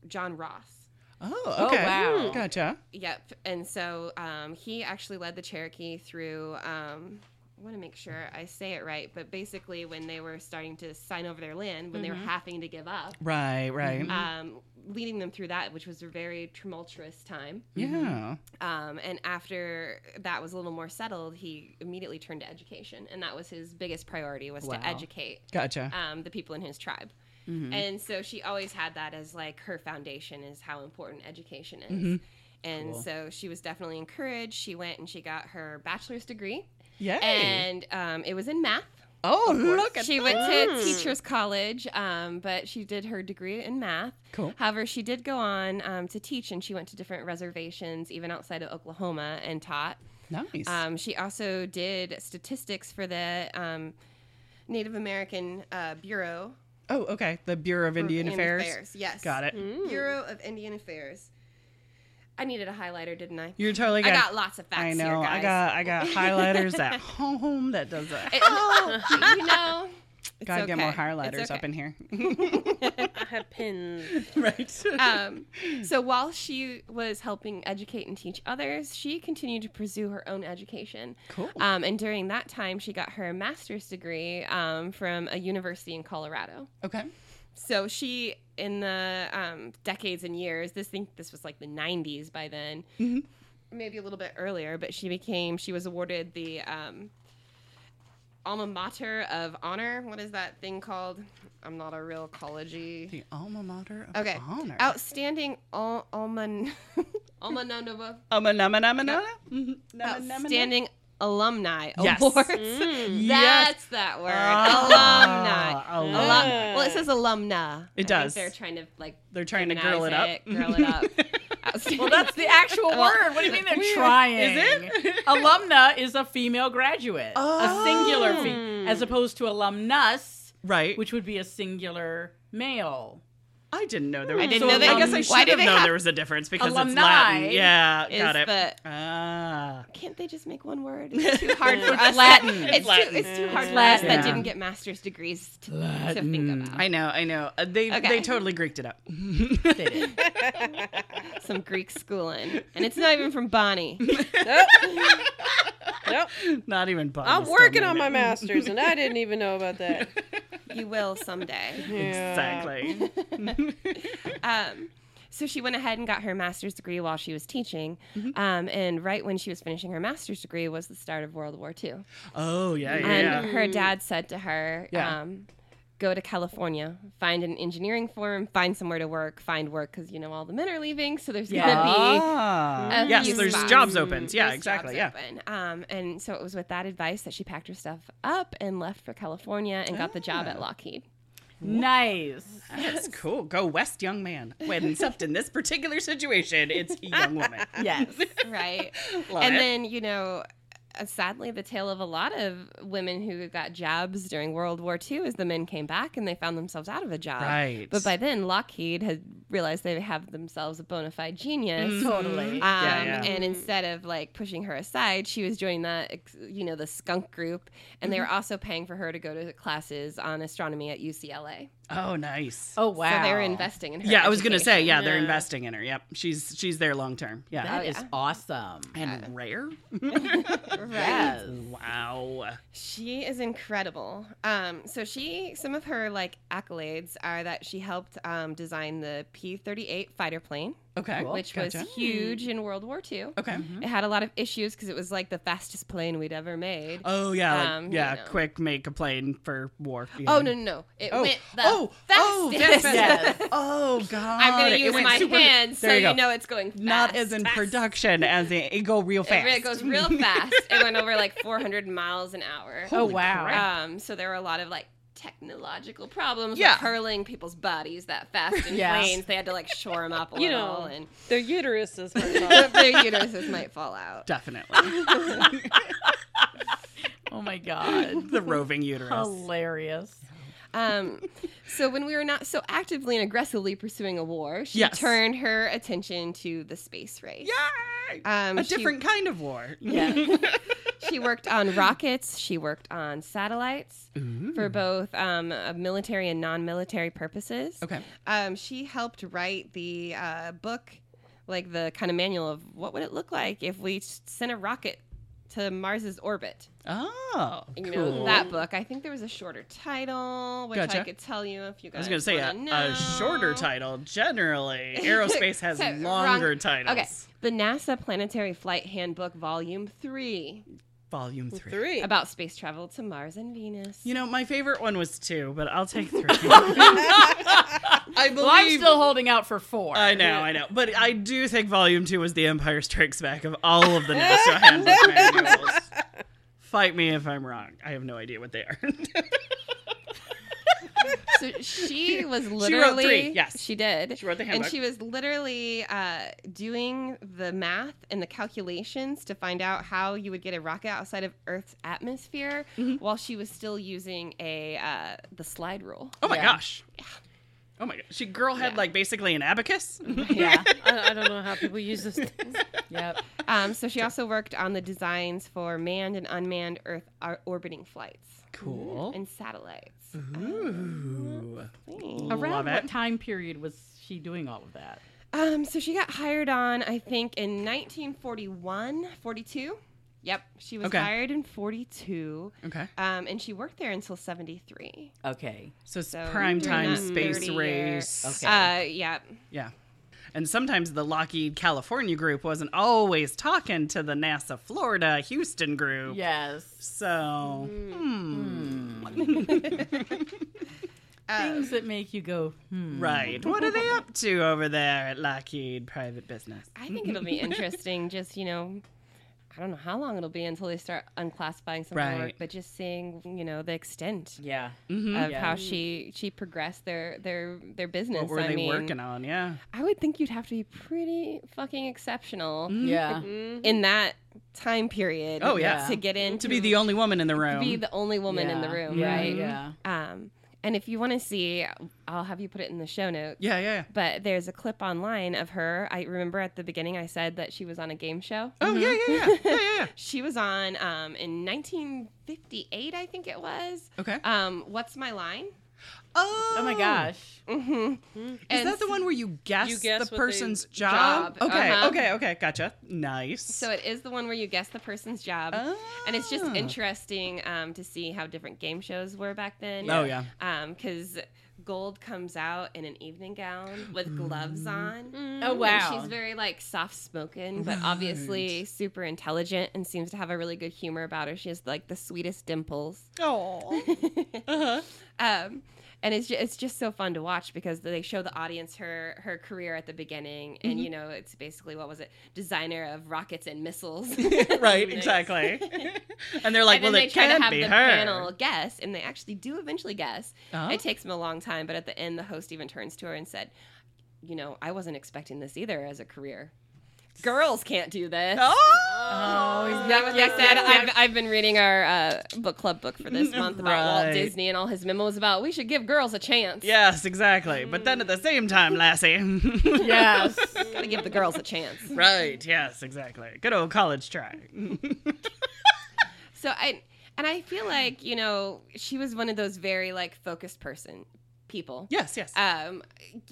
[SPEAKER 3] John Ross.
[SPEAKER 1] Oh, okay.
[SPEAKER 4] wow.
[SPEAKER 1] Gotcha.
[SPEAKER 3] Yep. And so um, he actually led the Cherokee through. Um, I want to make sure I say it right, but basically, when they were starting to sign over their land, when they were having to give up,
[SPEAKER 1] Right, right.
[SPEAKER 3] um, leading them through that, which was a very tumultuous time.
[SPEAKER 1] Yeah.
[SPEAKER 3] Um, and after that was a little more settled, he immediately turned to education, and that was his biggest priority was
[SPEAKER 4] Wow.
[SPEAKER 3] to educate
[SPEAKER 1] Gotcha.
[SPEAKER 3] um, the people in his tribe.
[SPEAKER 1] Mm-hmm.
[SPEAKER 3] And so she always had that as like her foundation is how important education is.
[SPEAKER 1] Mm-hmm.
[SPEAKER 3] And so she was definitely encouraged. She went and she got her bachelor's degree,
[SPEAKER 1] Yay.
[SPEAKER 3] and um, it was in math.
[SPEAKER 1] oh, look at Mm.
[SPEAKER 3] She went to teachers college, um, but she did her degree in math.
[SPEAKER 1] Cool.
[SPEAKER 3] However, she did go on um, to teach, and she went to different reservations, even outside of Oklahoma, and taught.
[SPEAKER 1] Nice.
[SPEAKER 3] Um, she also did statistics for the um, Native American uh, Bureau
[SPEAKER 1] oh, okay. The Bureau of Indian, Affairs.
[SPEAKER 3] Yes.
[SPEAKER 1] Got it.
[SPEAKER 3] Bureau of Indian Affairs. I needed a highlighter, didn't I?
[SPEAKER 1] You're totally
[SPEAKER 3] I
[SPEAKER 1] good.
[SPEAKER 3] got lots of facts.
[SPEAKER 1] I know.
[SPEAKER 3] Here, guys.
[SPEAKER 1] I got I
[SPEAKER 3] [laughs]
[SPEAKER 1] got highlighters at home that does that.
[SPEAKER 3] It- [laughs] you know. it's
[SPEAKER 1] Gotta get
[SPEAKER 3] okay.
[SPEAKER 1] more
[SPEAKER 3] It's
[SPEAKER 1] highlighters
[SPEAKER 3] okay.
[SPEAKER 1] up in here. [laughs]
[SPEAKER 5] I have pins. [laughs]
[SPEAKER 1] right.
[SPEAKER 3] [laughs] um, so while she was helping educate and teach others, she continued to pursue her own education.
[SPEAKER 1] Cool.
[SPEAKER 3] Um, and during that time, she got her master's degree um, from a university in Colorado.
[SPEAKER 1] okay.
[SPEAKER 3] So she, in the um, decades and years, this thing, this was like the 90s by then,
[SPEAKER 1] Mm-hmm.
[SPEAKER 3] maybe a little bit earlier, but she became, she was awarded the um, alma mater of honor. What is that thing called? I'm not a real collegy.
[SPEAKER 1] The alma mater of
[SPEAKER 3] Okay.
[SPEAKER 1] honor.
[SPEAKER 3] Outstanding al- alma [laughs] alma nova.
[SPEAKER 1] Um, a nama nama nama? Mhm. Nama nama nama?
[SPEAKER 3] Outstanding alumni
[SPEAKER 1] Yes.
[SPEAKER 3] [laughs]
[SPEAKER 1] Mm.
[SPEAKER 3] awards. That's that word. alumni.
[SPEAKER 1] Ah, alum-
[SPEAKER 3] Alum- well, it says
[SPEAKER 1] It
[SPEAKER 3] alumna. I think
[SPEAKER 1] does.
[SPEAKER 3] they're trying to like.
[SPEAKER 1] They're trying to
[SPEAKER 3] feminize
[SPEAKER 1] girl it up.
[SPEAKER 3] girl it
[SPEAKER 1] [laughs]
[SPEAKER 3] up. Outstanding-
[SPEAKER 4] Well, that's the
[SPEAKER 3] [laughs]
[SPEAKER 4] actual word. What do you mean they're trying?
[SPEAKER 1] Is
[SPEAKER 4] it? [laughs] Alumna is a female graduate, a singular, fe-
[SPEAKER 3] Oh.
[SPEAKER 4] as opposed to alumnus,
[SPEAKER 1] Right. Which
[SPEAKER 4] which would be a singular male.
[SPEAKER 1] I didn't know there was.
[SPEAKER 3] I didn't
[SPEAKER 1] so
[SPEAKER 3] know they-
[SPEAKER 1] I guess I
[SPEAKER 3] why
[SPEAKER 1] should
[SPEAKER 3] did
[SPEAKER 1] have
[SPEAKER 3] they
[SPEAKER 1] known
[SPEAKER 3] have-
[SPEAKER 1] there was a difference because it's
[SPEAKER 4] Alumni
[SPEAKER 1] Latin. Yeah,
[SPEAKER 3] is
[SPEAKER 1] got it.
[SPEAKER 3] the-
[SPEAKER 1] ah.
[SPEAKER 3] Can't they just make one word? It's too hard for us.
[SPEAKER 4] Latin.
[SPEAKER 3] It's,
[SPEAKER 1] Latin.
[SPEAKER 3] Too, it's too hard for us
[SPEAKER 4] Latin.
[SPEAKER 3] that
[SPEAKER 1] Yeah.
[SPEAKER 3] didn't get master's degrees to, to think
[SPEAKER 4] Mm.
[SPEAKER 3] about.
[SPEAKER 1] I know, I know. Uh, they
[SPEAKER 3] Okay.
[SPEAKER 1] they totally Greeked it up. [laughs]
[SPEAKER 4] They did.
[SPEAKER 3] Some Greek schooling, and it's not even from Bonnie.
[SPEAKER 5] Nope.
[SPEAKER 1] Not even Bonnie.
[SPEAKER 5] I'm
[SPEAKER 1] still
[SPEAKER 5] working
[SPEAKER 1] made
[SPEAKER 5] on
[SPEAKER 1] it.
[SPEAKER 5] my master's, and I didn't even know about [laughs] that.
[SPEAKER 3] You will someday.
[SPEAKER 5] Yeah.
[SPEAKER 1] [laughs] Exactly.
[SPEAKER 3] Um, so she went ahead and got her master's degree while she was teaching. Um, and right when she was finishing her master's degree was the start of World War II.
[SPEAKER 1] Oh yeah, yeah. yeah.
[SPEAKER 3] And her dad said to her,
[SPEAKER 1] Yeah.
[SPEAKER 3] um, go to California, find an engineering firm, find somewhere to work, find work because, you know, all the men are leaving. So there's going to be
[SPEAKER 1] Ah.
[SPEAKER 3] a
[SPEAKER 1] Yes,
[SPEAKER 3] few
[SPEAKER 1] there's
[SPEAKER 3] spots.
[SPEAKER 1] jobs opens. Yeah,
[SPEAKER 3] those
[SPEAKER 1] exactly. Yeah.
[SPEAKER 3] jobs open. Um, and so it was with that advice that she packed her stuff up and left for California and got the job
[SPEAKER 1] Ah.
[SPEAKER 3] at Lockheed.
[SPEAKER 4] [laughs] nice.
[SPEAKER 3] [laughs]
[SPEAKER 1] That's cool. Go west, young man. When except in this particular situation, it's a young
[SPEAKER 3] [laughs]
[SPEAKER 1] woman.
[SPEAKER 4] Yes.
[SPEAKER 3] Right.
[SPEAKER 1] [laughs] Love
[SPEAKER 3] and
[SPEAKER 1] it.
[SPEAKER 3] then you know uh, sadly the tale of a lot of women who got jobs during world war ii is the men came back and they found themselves out of a job
[SPEAKER 1] Right.
[SPEAKER 3] but by then lockheed had realized they have themselves a bona fide genius
[SPEAKER 4] Totally.
[SPEAKER 3] Um,
[SPEAKER 1] Mm-hmm. Yeah, yeah.
[SPEAKER 3] And instead of like pushing her aside, she was joining that, ex- you know, the skunk group. And they were also paying for her to go to classes on astronomy at UCLA.
[SPEAKER 1] oh, nice.
[SPEAKER 4] Oh wow.
[SPEAKER 3] So they were investing in her.
[SPEAKER 1] yeah, I was gonna say.
[SPEAKER 3] education.
[SPEAKER 1] Yeah, they're
[SPEAKER 5] Yeah.
[SPEAKER 1] investing in her. Yep, she's she's there long term. Yeah,
[SPEAKER 4] That is
[SPEAKER 3] oh, yeah.
[SPEAKER 4] awesome.
[SPEAKER 1] and rare.
[SPEAKER 3] Right.
[SPEAKER 1] wow.
[SPEAKER 3] She is incredible. Um, so she, some of her like accolades are that she helped um, design the P-38 fighter plane,
[SPEAKER 1] Okay.
[SPEAKER 3] which
[SPEAKER 1] Oh, Gotcha.
[SPEAKER 3] was huge in World War II.
[SPEAKER 1] Okay.
[SPEAKER 3] It had a lot of issues because it was like the fastest plane we'd ever made.
[SPEAKER 1] Oh yeah, like,
[SPEAKER 3] Um, you
[SPEAKER 1] yeah.
[SPEAKER 3] know.
[SPEAKER 1] Quick, make a plane for war. Yeah.
[SPEAKER 3] oh no, no, no! It
[SPEAKER 1] Oh,
[SPEAKER 3] went the
[SPEAKER 1] oh, oh,
[SPEAKER 3] fastest.
[SPEAKER 1] fast, fast. oh god!
[SPEAKER 3] I'm gonna
[SPEAKER 1] It
[SPEAKER 3] use
[SPEAKER 1] went
[SPEAKER 3] my
[SPEAKER 1] super-
[SPEAKER 3] hands so
[SPEAKER 1] There
[SPEAKER 3] you,
[SPEAKER 1] go.
[SPEAKER 3] know it's going. Fast.
[SPEAKER 1] Not as in production as in, it go real
[SPEAKER 3] [laughs] It
[SPEAKER 1] fast. [laughs]
[SPEAKER 3] really goes real fast. it went over like 400 miles an hour.
[SPEAKER 4] oh wow.
[SPEAKER 3] Um, so there were a lot of like technological problems
[SPEAKER 1] Yeah.
[SPEAKER 3] with hurling people's bodies that fast in
[SPEAKER 4] Yes.
[SPEAKER 3] planes. They had to like shore them up a
[SPEAKER 5] You
[SPEAKER 3] little,
[SPEAKER 5] know.
[SPEAKER 3] and
[SPEAKER 5] Their uterus is hard.
[SPEAKER 3] their uteruses might fall
[SPEAKER 1] [laughs]
[SPEAKER 3] out.
[SPEAKER 1] Definitely
[SPEAKER 4] [laughs] Oh my
[SPEAKER 1] [laughs]
[SPEAKER 4] god.
[SPEAKER 1] the roving uterus.
[SPEAKER 4] Hilarious.
[SPEAKER 3] Um, so when we were not so actively and aggressively pursuing a war, she
[SPEAKER 1] Yes.
[SPEAKER 3] turned her attention to the space race.
[SPEAKER 1] Yay!
[SPEAKER 3] Um,
[SPEAKER 1] a
[SPEAKER 3] she-
[SPEAKER 1] different kind of war.
[SPEAKER 4] [laughs] Yeah.
[SPEAKER 3] [laughs] She worked on rockets. She worked on satellites for both um, uh, military and non-military purposes.
[SPEAKER 1] Okay.
[SPEAKER 3] Um, she helped write the uh, book, like the kind of manual of what would it look like if we s- sent a rocket to Mars's orbit.
[SPEAKER 1] Oh,
[SPEAKER 3] You
[SPEAKER 1] cool.
[SPEAKER 3] know that book. I think there was a shorter title, which
[SPEAKER 1] Gotcha.
[SPEAKER 3] I could tell you if you
[SPEAKER 1] I was
[SPEAKER 3] guys.
[SPEAKER 1] going to say a,
[SPEAKER 3] wanna
[SPEAKER 1] a shorter
[SPEAKER 3] know. [laughs]
[SPEAKER 1] title. Generally, aerospace has
[SPEAKER 3] So, [laughs] wrong-
[SPEAKER 1] longer titles.
[SPEAKER 3] Okay, the NASA Planetary Flight Handbook, Volume Three,
[SPEAKER 1] Volume three.
[SPEAKER 5] Three.
[SPEAKER 3] [laughs] about space travel to Mars and Venus.
[SPEAKER 1] You know, my favorite one was two, but I'll take three. I believe.
[SPEAKER 4] Well, I'm still holding out for four.
[SPEAKER 1] I know, I know, but I do think Volume Two was the Empire Strikes Back of all of the NASA handbook manuals. Fight me if I'm wrong. I have no idea what they are. [laughs]
[SPEAKER 3] So
[SPEAKER 1] [laughs]
[SPEAKER 3] she was
[SPEAKER 1] three,
[SPEAKER 3] literally
[SPEAKER 1] yes.
[SPEAKER 3] she did.
[SPEAKER 1] She wrote the
[SPEAKER 3] and
[SPEAKER 1] handbook.
[SPEAKER 3] she was literally uh, doing the math and the calculations to find out how you would get a rocket outside of Earth's atmosphere,
[SPEAKER 1] Mm-hmm.
[SPEAKER 3] while she was still using a uh, the slide rule.
[SPEAKER 1] oh my
[SPEAKER 4] Yeah.
[SPEAKER 1] gosh. Oh my gosh. She girl had like basically an abacus.
[SPEAKER 4] Yeah.
[SPEAKER 5] I, I don't know how people use this.
[SPEAKER 4] yep.
[SPEAKER 3] Um, so she also worked on the designs for manned and unmanned Earth ar- orbiting flights
[SPEAKER 1] Cool.
[SPEAKER 3] and satellites.
[SPEAKER 1] Ooh.
[SPEAKER 4] Around
[SPEAKER 1] Love
[SPEAKER 4] what
[SPEAKER 1] it.
[SPEAKER 4] time period was she doing all of that?
[SPEAKER 3] Um, so she got hired on, I think, in 1941, 42. Yep, she was
[SPEAKER 1] Okay.
[SPEAKER 3] hired in 42.
[SPEAKER 1] Okay.
[SPEAKER 3] Um, and she worked there until 73.
[SPEAKER 4] Okay.
[SPEAKER 1] So it's
[SPEAKER 3] So
[SPEAKER 1] prime
[SPEAKER 3] during
[SPEAKER 1] time
[SPEAKER 3] that
[SPEAKER 1] space
[SPEAKER 3] 30 year-
[SPEAKER 1] race.
[SPEAKER 4] Okay.
[SPEAKER 3] Uh, yeah.
[SPEAKER 1] Yeah. And sometimes the Lockheed California group wasn't always talking to the NASA Florida Houston group.
[SPEAKER 4] Yes.
[SPEAKER 1] So,
[SPEAKER 3] Hmm.
[SPEAKER 4] Things that make you go, hmm.
[SPEAKER 1] right. What are they up to over there at Lockheed Private Business?
[SPEAKER 3] I think
[SPEAKER 1] [laughs]
[SPEAKER 3] it'll be interesting. Just you know, I don't know how long it'll be until they start unclassifying some of the work,
[SPEAKER 1] Right. Mm-hmm.
[SPEAKER 3] but just seeing you know the extent
[SPEAKER 4] Yeah.
[SPEAKER 3] of
[SPEAKER 4] Yeah.
[SPEAKER 3] how she she progressed their their their business.
[SPEAKER 1] What were
[SPEAKER 3] I
[SPEAKER 1] they
[SPEAKER 3] mean,
[SPEAKER 1] working on? Yeah.
[SPEAKER 3] I would think you'd have to be pretty fucking exceptional
[SPEAKER 4] Yeah.
[SPEAKER 5] Mm-hmm.
[SPEAKER 3] in that time period.
[SPEAKER 1] Mm-hmm. Oh, yeah.
[SPEAKER 3] to get in
[SPEAKER 1] To be the only woman in the room.
[SPEAKER 3] be the only woman in the
[SPEAKER 4] Yeah.
[SPEAKER 3] room,
[SPEAKER 4] Yeah.
[SPEAKER 3] right?
[SPEAKER 4] Yeah.
[SPEAKER 3] Um, and if you want to see, I'll have you put it in the show notes.
[SPEAKER 1] yeah, yeah, yeah.
[SPEAKER 3] But there's a clip online of her. I remember at the beginning I said that she was on a game show.
[SPEAKER 1] Oh, yeah,
[SPEAKER 3] Mm-hmm.
[SPEAKER 1] yeah, yeah. Yeah, yeah, yeah.
[SPEAKER 3] [laughs] She was on um, in 1958, I think it was.
[SPEAKER 1] Okay.
[SPEAKER 3] Um, What's my line?
[SPEAKER 1] Oh,
[SPEAKER 4] Oh my gosh.
[SPEAKER 3] Mm-hmm.
[SPEAKER 1] Mm-hmm. Is
[SPEAKER 3] And
[SPEAKER 1] that the one where you guess,
[SPEAKER 5] You guess
[SPEAKER 1] the
[SPEAKER 5] what they-
[SPEAKER 1] person's job?
[SPEAKER 3] job,
[SPEAKER 1] Okay,
[SPEAKER 3] uh-huh.
[SPEAKER 1] okay, okay. Gotcha. Nice.
[SPEAKER 3] So it is the one where you guess the person's job,
[SPEAKER 1] Oh.
[SPEAKER 3] and it's
[SPEAKER 1] Ah. Hmm.
[SPEAKER 3] just interesting um, to see how different game shows were back then.
[SPEAKER 1] Oh, yeah.
[SPEAKER 3] Because Gold comes out in an evening gown with gloves
[SPEAKER 1] Mm-hmm.
[SPEAKER 3] on.
[SPEAKER 4] Oh
[SPEAKER 3] And
[SPEAKER 4] wow.
[SPEAKER 3] She's very like soft spoken, but obviously super intelligent and seems to have a really good humor about her. She has like the sweetest dimples.
[SPEAKER 1] oh,
[SPEAKER 3] Um, and it's just, it's just so fun to watch because they show the audience her her career at the beginning, and
[SPEAKER 1] Mm-hmm.
[SPEAKER 3] you know it's basically what was it designer of rockets and missiles,
[SPEAKER 1] [laughs]
[SPEAKER 3] [laughs]
[SPEAKER 1] right, exactly. and they're like,
[SPEAKER 3] and
[SPEAKER 1] well,
[SPEAKER 3] then they
[SPEAKER 1] it
[SPEAKER 3] try
[SPEAKER 1] can
[SPEAKER 3] to have
[SPEAKER 1] be
[SPEAKER 3] the
[SPEAKER 1] her.
[SPEAKER 3] panel guess, and they actually do eventually guess.
[SPEAKER 1] Oh.
[SPEAKER 3] It takes them a long time, but at the end, the host even turns to her and said, "You know, I wasn't expecting this either as a career. Girls can't do this."
[SPEAKER 1] Oh,
[SPEAKER 4] Oh,
[SPEAKER 3] That was I said. I've, I've been reading our uh, book club book for
[SPEAKER 1] [laughs]
[SPEAKER 3] this month about
[SPEAKER 1] Right.
[SPEAKER 3] Walt Disney and all his memos about we should give girls a chance.
[SPEAKER 1] yes, exactly. But then at
[SPEAKER 3] Mm.
[SPEAKER 1] the same time, Lassie. [laughs]
[SPEAKER 4] yes.
[SPEAKER 3] Gotta give the girls a chance.
[SPEAKER 1] right, yes, exactly. Good old college try. [laughs]
[SPEAKER 3] So I and I feel like you know she was one of those very like focused person people.
[SPEAKER 1] yes, yes.
[SPEAKER 3] Um,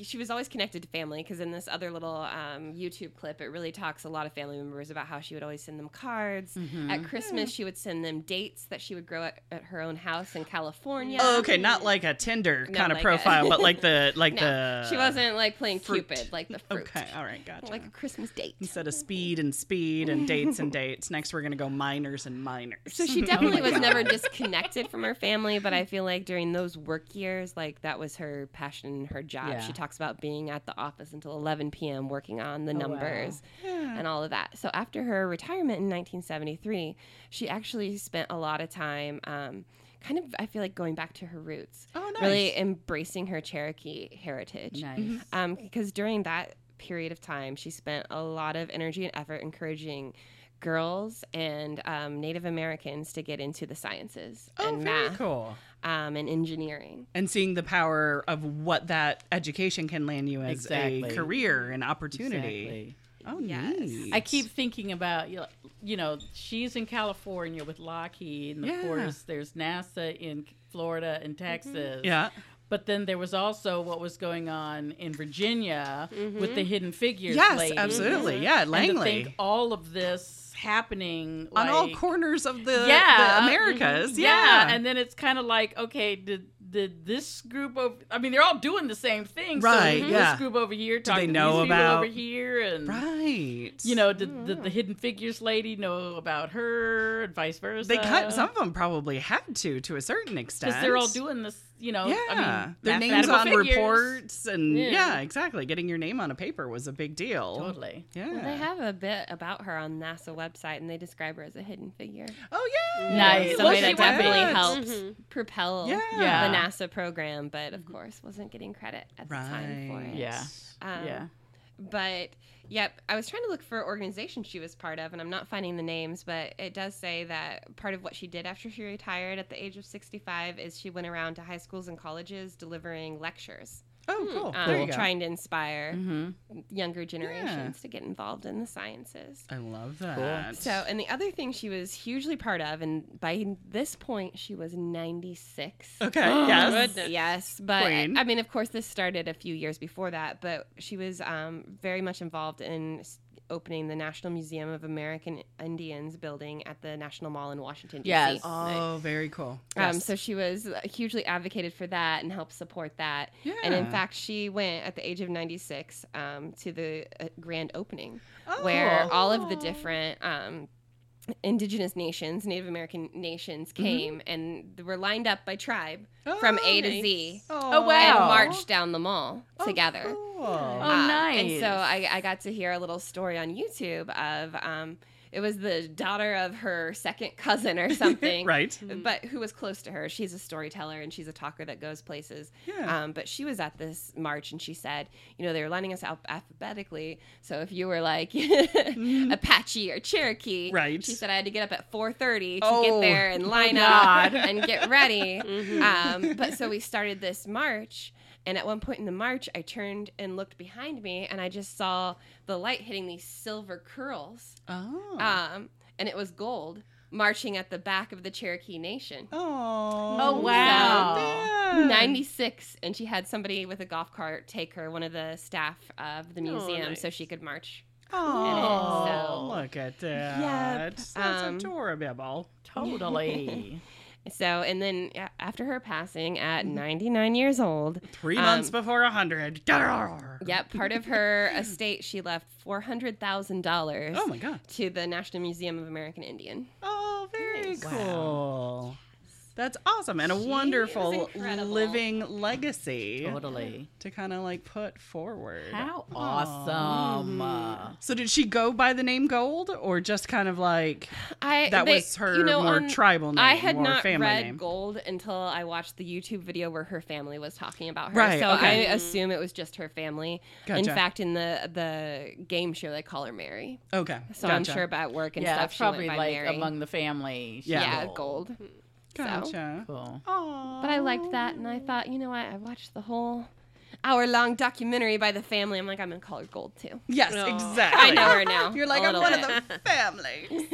[SPEAKER 3] she was always connected to family because in this other little um, YouTube clip, it really talks a lot of family members about how she would always send them cards.
[SPEAKER 1] Mm-hmm.
[SPEAKER 3] At Christmas, she would send them dates that she would grow at, at her own house in California.
[SPEAKER 1] Oh, okay, not like a Tinder
[SPEAKER 3] No,
[SPEAKER 1] kind of
[SPEAKER 3] like a-
[SPEAKER 1] profile, but like
[SPEAKER 3] [laughs]
[SPEAKER 1] the like
[SPEAKER 3] No,
[SPEAKER 1] the.
[SPEAKER 3] she wasn't like playing
[SPEAKER 1] fruit.
[SPEAKER 3] Cupid, like the fruit.
[SPEAKER 1] [laughs] Okay, all right, gotcha.
[SPEAKER 3] Like a Christmas date.
[SPEAKER 1] Instead of speed and speed and dates and dates, next we're gonna go minors and minors.
[SPEAKER 3] [laughs] So she definitely was never disconnected from her family, but I feel like during those work years, like that was her passion, her job.
[SPEAKER 4] Yeah.
[SPEAKER 3] She talks about being at the office until 11 p.m. working on the numbers and all of that. So after her retirement in 1973, she actually spent a lot of time. Um, Kind of, I feel like going back to her roots,
[SPEAKER 1] Oh, nice.
[SPEAKER 3] really embracing her Cherokee heritage.
[SPEAKER 4] Nice.
[SPEAKER 3] Um, because during that period of time, she spent a lot of energy and effort encouraging girls and um, Native Americans to get into the sciences
[SPEAKER 1] Oh,
[SPEAKER 3] and
[SPEAKER 1] very
[SPEAKER 3] math
[SPEAKER 1] cool.
[SPEAKER 3] um, and engineering.
[SPEAKER 1] and seeing the power of what that education can land you as a
[SPEAKER 4] Exactly.
[SPEAKER 1] career and opportunity. Oh,
[SPEAKER 3] Yes.
[SPEAKER 1] neat.
[SPEAKER 4] I keep thinking about you know, you know she's in California with Lockheed, and
[SPEAKER 1] Yeah.
[SPEAKER 4] of course there's NASA in Florida and Texas.
[SPEAKER 1] Yeah.
[SPEAKER 4] But then there was also what was going on in Virginia with the Hidden Figures.
[SPEAKER 1] Mm-hmm. Yes,
[SPEAKER 4] lady.
[SPEAKER 1] absolutely. Yeah, at
[SPEAKER 4] And to
[SPEAKER 1] Langley.
[SPEAKER 4] think all of this happening
[SPEAKER 1] On all
[SPEAKER 4] like-
[SPEAKER 1] corners of the,
[SPEAKER 4] Yeah. mm-hmm.
[SPEAKER 1] the Americas.
[SPEAKER 4] yeah. and then it's kind of like okay did did this group of i mean they're all doing the same thing
[SPEAKER 1] Right,
[SPEAKER 4] so
[SPEAKER 1] yeah.
[SPEAKER 4] this group over here talking
[SPEAKER 1] they
[SPEAKER 4] to
[SPEAKER 1] know
[SPEAKER 4] these
[SPEAKER 1] about-
[SPEAKER 4] people over here and
[SPEAKER 1] right.
[SPEAKER 4] you know did, did the hidden figures lady know about her and vice versa
[SPEAKER 1] they cut some of them probably had to to a certain extent.
[SPEAKER 4] because they're all doing this you know
[SPEAKER 1] Yeah,
[SPEAKER 4] i mean
[SPEAKER 1] their names
[SPEAKER 4] mathematical
[SPEAKER 1] on
[SPEAKER 4] figures.
[SPEAKER 1] reports and yeah.
[SPEAKER 4] Yeah.
[SPEAKER 1] exactly. Getting your name on a paper was a big deal.
[SPEAKER 4] totally
[SPEAKER 1] Yeah.
[SPEAKER 3] Well, they have a bit about her on NASA website, and they describe her as a hidden figure.
[SPEAKER 1] oh yeah.
[SPEAKER 4] Nice.
[SPEAKER 1] Look
[SPEAKER 3] Somebody
[SPEAKER 1] at
[SPEAKER 3] that definitely
[SPEAKER 1] that.
[SPEAKER 3] helped
[SPEAKER 5] Mm-hmm.
[SPEAKER 3] propel
[SPEAKER 1] Yeah.
[SPEAKER 4] Yeah.
[SPEAKER 3] the NASA program, but of course wasn't getting credit at the time for
[SPEAKER 1] Right.
[SPEAKER 3] it.
[SPEAKER 4] yeah
[SPEAKER 3] Um,
[SPEAKER 4] yeah
[SPEAKER 3] But yep, I was trying to look for organization she was part of, and I'm not finding the names. But it does say that part of what she did after she retired at the age of 65 is she went around to high schools and colleges delivering lectures,
[SPEAKER 1] Oh,
[SPEAKER 4] Hmm.
[SPEAKER 1] cool.
[SPEAKER 4] Ah.
[SPEAKER 3] um,
[SPEAKER 1] there you go. Mm-hmm.
[SPEAKER 3] trying to inspire younger generations
[SPEAKER 1] Yeah.
[SPEAKER 3] to get involved in the sciences.
[SPEAKER 1] I love that.
[SPEAKER 3] So, and the other thing she was hugely part of, and by this point she was 96. [gasps]
[SPEAKER 1] Okay. yes.
[SPEAKER 5] Goodness.
[SPEAKER 3] Yes, but
[SPEAKER 1] Queen.
[SPEAKER 3] I mean, of course, this started a few years before that, but she was um, very much involved in s- opening the National Museum of American Indians building at the National Mall in Washington, D.C.
[SPEAKER 4] Yes.
[SPEAKER 1] Oh, very cool.
[SPEAKER 3] Um, so she was hugely advocated for that and helped support that. And in
[SPEAKER 1] Yeah.
[SPEAKER 3] fact, she went at the age of 96 um, to the uh, grand opening
[SPEAKER 1] Oh.
[SPEAKER 3] where all of the different um, indigenous nations, Native American nations came and they were lined up by tribe from A to
[SPEAKER 5] nice.
[SPEAKER 3] Z
[SPEAKER 1] Oh,
[SPEAKER 3] and
[SPEAKER 4] wow.
[SPEAKER 3] marched down the mall together. Uh,
[SPEAKER 1] Cool.
[SPEAKER 4] Oh,
[SPEAKER 3] And so
[SPEAKER 4] nice.
[SPEAKER 3] I, I got to hear a little story on YouTube of um, it was the daughter of her second cousin or something.
[SPEAKER 1] Right.
[SPEAKER 3] But who was close to her? She's a storyteller and she's a talker that goes places.
[SPEAKER 1] Yeah.
[SPEAKER 3] Um, but she was at this march and she said, you know, they were lining us up alphabetically. So if you were like [laughs] Apache or Cherokee,
[SPEAKER 1] Mm-hmm. Right.
[SPEAKER 3] She said I had to get up at 4:30 to
[SPEAKER 1] Oh,
[SPEAKER 3] get there and line up
[SPEAKER 4] God.
[SPEAKER 3] and
[SPEAKER 1] [laughs]
[SPEAKER 3] get ready.
[SPEAKER 5] Mm-hmm.
[SPEAKER 3] um, but so we started this march. And at one point in the march, I turned and looked behind me, and I just saw the light hitting these silver curls
[SPEAKER 1] Oh.
[SPEAKER 3] um, and it was gold marching at the back of the Cherokee Nation.
[SPEAKER 1] oh.
[SPEAKER 4] Oh, wow.
[SPEAKER 1] Yeah.
[SPEAKER 3] 96 and she had somebody with a golf cart take her one of the staff of the museum so
[SPEAKER 5] nice.
[SPEAKER 3] she could march
[SPEAKER 1] Oh,
[SPEAKER 3] so-
[SPEAKER 1] look at that. That's
[SPEAKER 3] um,
[SPEAKER 1] adorable.
[SPEAKER 3] [laughs]
[SPEAKER 4] Totally.
[SPEAKER 3] so and then a- after her passing at
[SPEAKER 1] Mm-hmm.
[SPEAKER 3] 99 years old
[SPEAKER 1] Three
[SPEAKER 3] um,
[SPEAKER 1] months before a 100. Grrr.
[SPEAKER 3] yep part of her estate she left $400000
[SPEAKER 1] Oh, my God.
[SPEAKER 3] to the national museum of american indian
[SPEAKER 1] Oh, very
[SPEAKER 3] Nice. Wow.
[SPEAKER 1] cool. That's awesome and a
[SPEAKER 3] She
[SPEAKER 1] wonderful
[SPEAKER 3] is incredible.
[SPEAKER 1] living legacy
[SPEAKER 4] totally.
[SPEAKER 1] to kind of like put forward.
[SPEAKER 4] How awesome.
[SPEAKER 1] Mm. So did she go by the name Gold or just kind of like
[SPEAKER 3] I
[SPEAKER 1] That
[SPEAKER 3] they-
[SPEAKER 1] was her
[SPEAKER 3] you know,
[SPEAKER 1] more
[SPEAKER 3] on-
[SPEAKER 1] tribal name
[SPEAKER 3] I had
[SPEAKER 1] or
[SPEAKER 3] not
[SPEAKER 1] family
[SPEAKER 3] read
[SPEAKER 1] name.
[SPEAKER 3] Gold until I watched the YouTube video where her family was talking about her.
[SPEAKER 1] Right,
[SPEAKER 3] so
[SPEAKER 1] okay.
[SPEAKER 3] I assume it was just her family. In
[SPEAKER 1] Gotcha.
[SPEAKER 3] fact, in the the game show they call her Mary.
[SPEAKER 1] Okay.
[SPEAKER 3] So I'm
[SPEAKER 1] gotcha.
[SPEAKER 3] sure about work and
[SPEAKER 4] yeah,
[SPEAKER 3] stuff.
[SPEAKER 4] it's
[SPEAKER 3] she went
[SPEAKER 4] probably
[SPEAKER 3] by
[SPEAKER 4] like
[SPEAKER 3] Mary.
[SPEAKER 4] among the family. she
[SPEAKER 1] Yeah.
[SPEAKER 3] yeah,
[SPEAKER 4] will.
[SPEAKER 3] Gold.
[SPEAKER 1] Gotcha.
[SPEAKER 4] Cool.
[SPEAKER 1] Aw.
[SPEAKER 3] But I liked that, and I thought, you know what? I watched the whole hour long documentary by the family. I'm like, I'm gonna call her Gold too.
[SPEAKER 1] Yes,
[SPEAKER 5] Aw.
[SPEAKER 1] exactly.
[SPEAKER 3] [laughs] I know her
[SPEAKER 1] [laughs]
[SPEAKER 3] now.
[SPEAKER 1] You're like
[SPEAKER 3] a
[SPEAKER 1] I'm
[SPEAKER 3] little
[SPEAKER 1] one
[SPEAKER 3] bit.
[SPEAKER 1] of the family.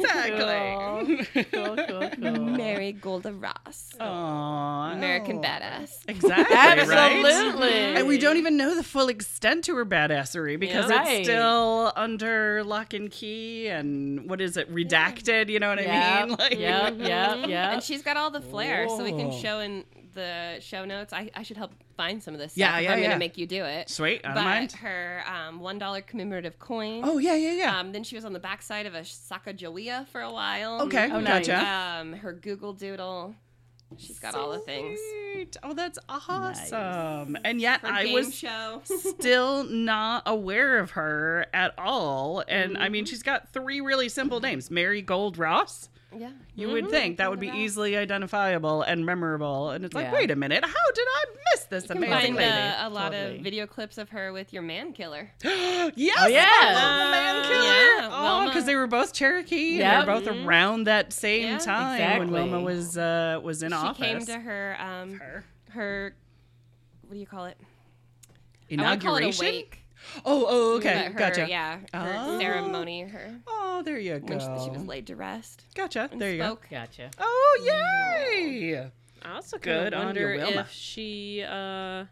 [SPEAKER 1] Exactly.
[SPEAKER 4] [laughs] Cool, cool, cool.
[SPEAKER 3] [laughs] Mary Golda Ross,
[SPEAKER 1] Aw.
[SPEAKER 3] American
[SPEAKER 4] Oh.
[SPEAKER 3] badass.
[SPEAKER 1] Exactly. Right?
[SPEAKER 4] Absolutely.
[SPEAKER 1] And we don't even know the full extent to her badassery because
[SPEAKER 4] Yeah.
[SPEAKER 1] it's
[SPEAKER 4] Right.
[SPEAKER 1] still under lock and key and what is it, redacted? You know what I
[SPEAKER 4] Yep,
[SPEAKER 1] mean? [laughs] Like,
[SPEAKER 4] yep, yep,
[SPEAKER 3] [laughs]
[SPEAKER 4] yep.
[SPEAKER 3] And she's got all the flair, so we can
[SPEAKER 1] Whoa.
[SPEAKER 3] show in the show notes. I, I should help find some of this stuff.
[SPEAKER 1] Yeah,
[SPEAKER 3] if
[SPEAKER 1] yeah,
[SPEAKER 3] I'm
[SPEAKER 1] yeah.
[SPEAKER 3] gonna make you do it.
[SPEAKER 1] Sweet, I don't
[SPEAKER 3] but
[SPEAKER 1] mind.
[SPEAKER 3] her um, one dollar commemorative coin.
[SPEAKER 1] Oh yeah, yeah, yeah.
[SPEAKER 3] Um, then she was on the backside of a Sacagawea for a while.
[SPEAKER 1] okay,
[SPEAKER 4] oh, nice.
[SPEAKER 1] gotcha.
[SPEAKER 3] Um, her Google Doodle. She's got all the things.
[SPEAKER 1] Sweet. Oh, that's awesome. And yet
[SPEAKER 3] Her
[SPEAKER 1] I
[SPEAKER 3] game
[SPEAKER 1] was [laughs]
[SPEAKER 3] show. [laughs]
[SPEAKER 1] still not aware of her at all. And I
[SPEAKER 3] Mm-hmm.
[SPEAKER 1] mean, she's got three really simple names Mary Gold Ross.
[SPEAKER 3] yeah.
[SPEAKER 1] You
[SPEAKER 3] Mm-hmm.
[SPEAKER 1] would think that would be easily identifiable and memorable. And it's like,
[SPEAKER 4] Yeah.
[SPEAKER 1] wait a minute, how did I miss this
[SPEAKER 3] You can
[SPEAKER 1] amazing
[SPEAKER 3] find
[SPEAKER 1] lady?
[SPEAKER 3] uh, a lot
[SPEAKER 4] Totally.
[SPEAKER 3] of video clips of her with your man killer.
[SPEAKER 1] [gasps] Yes,
[SPEAKER 4] Oh, yeah.
[SPEAKER 1] I love the man killer. oh,
[SPEAKER 3] Yeah,
[SPEAKER 1] because
[SPEAKER 3] Wilma. Mm-hmm.
[SPEAKER 1] they were both Cherokee
[SPEAKER 4] Yep.
[SPEAKER 1] and they're both around that same
[SPEAKER 3] Yeah.
[SPEAKER 1] time when
[SPEAKER 4] Exactly.
[SPEAKER 1] Wilma was uh, was [gasps] in
[SPEAKER 3] she
[SPEAKER 1] office.
[SPEAKER 3] came to her um
[SPEAKER 1] Her
[SPEAKER 3] her what do you call it? I wanna call it a
[SPEAKER 1] inauguration.
[SPEAKER 3] wake.
[SPEAKER 1] Oh, oh, okay,
[SPEAKER 3] But her,
[SPEAKER 1] gotcha.
[SPEAKER 3] Yeah, her
[SPEAKER 1] Oh.
[SPEAKER 3] ceremony, her
[SPEAKER 1] Oh, there you
[SPEAKER 3] when
[SPEAKER 1] go.
[SPEAKER 3] she, she was laid to rest.
[SPEAKER 1] Gotcha.
[SPEAKER 3] And
[SPEAKER 1] There you go.
[SPEAKER 3] spoke. Mm.
[SPEAKER 4] Gotcha.
[SPEAKER 3] [laughs]
[SPEAKER 1] Oh, yay!
[SPEAKER 5] I also
[SPEAKER 1] Good
[SPEAKER 5] kind of
[SPEAKER 1] on you,
[SPEAKER 5] wonder
[SPEAKER 1] Wilma.
[SPEAKER 5] if she uh,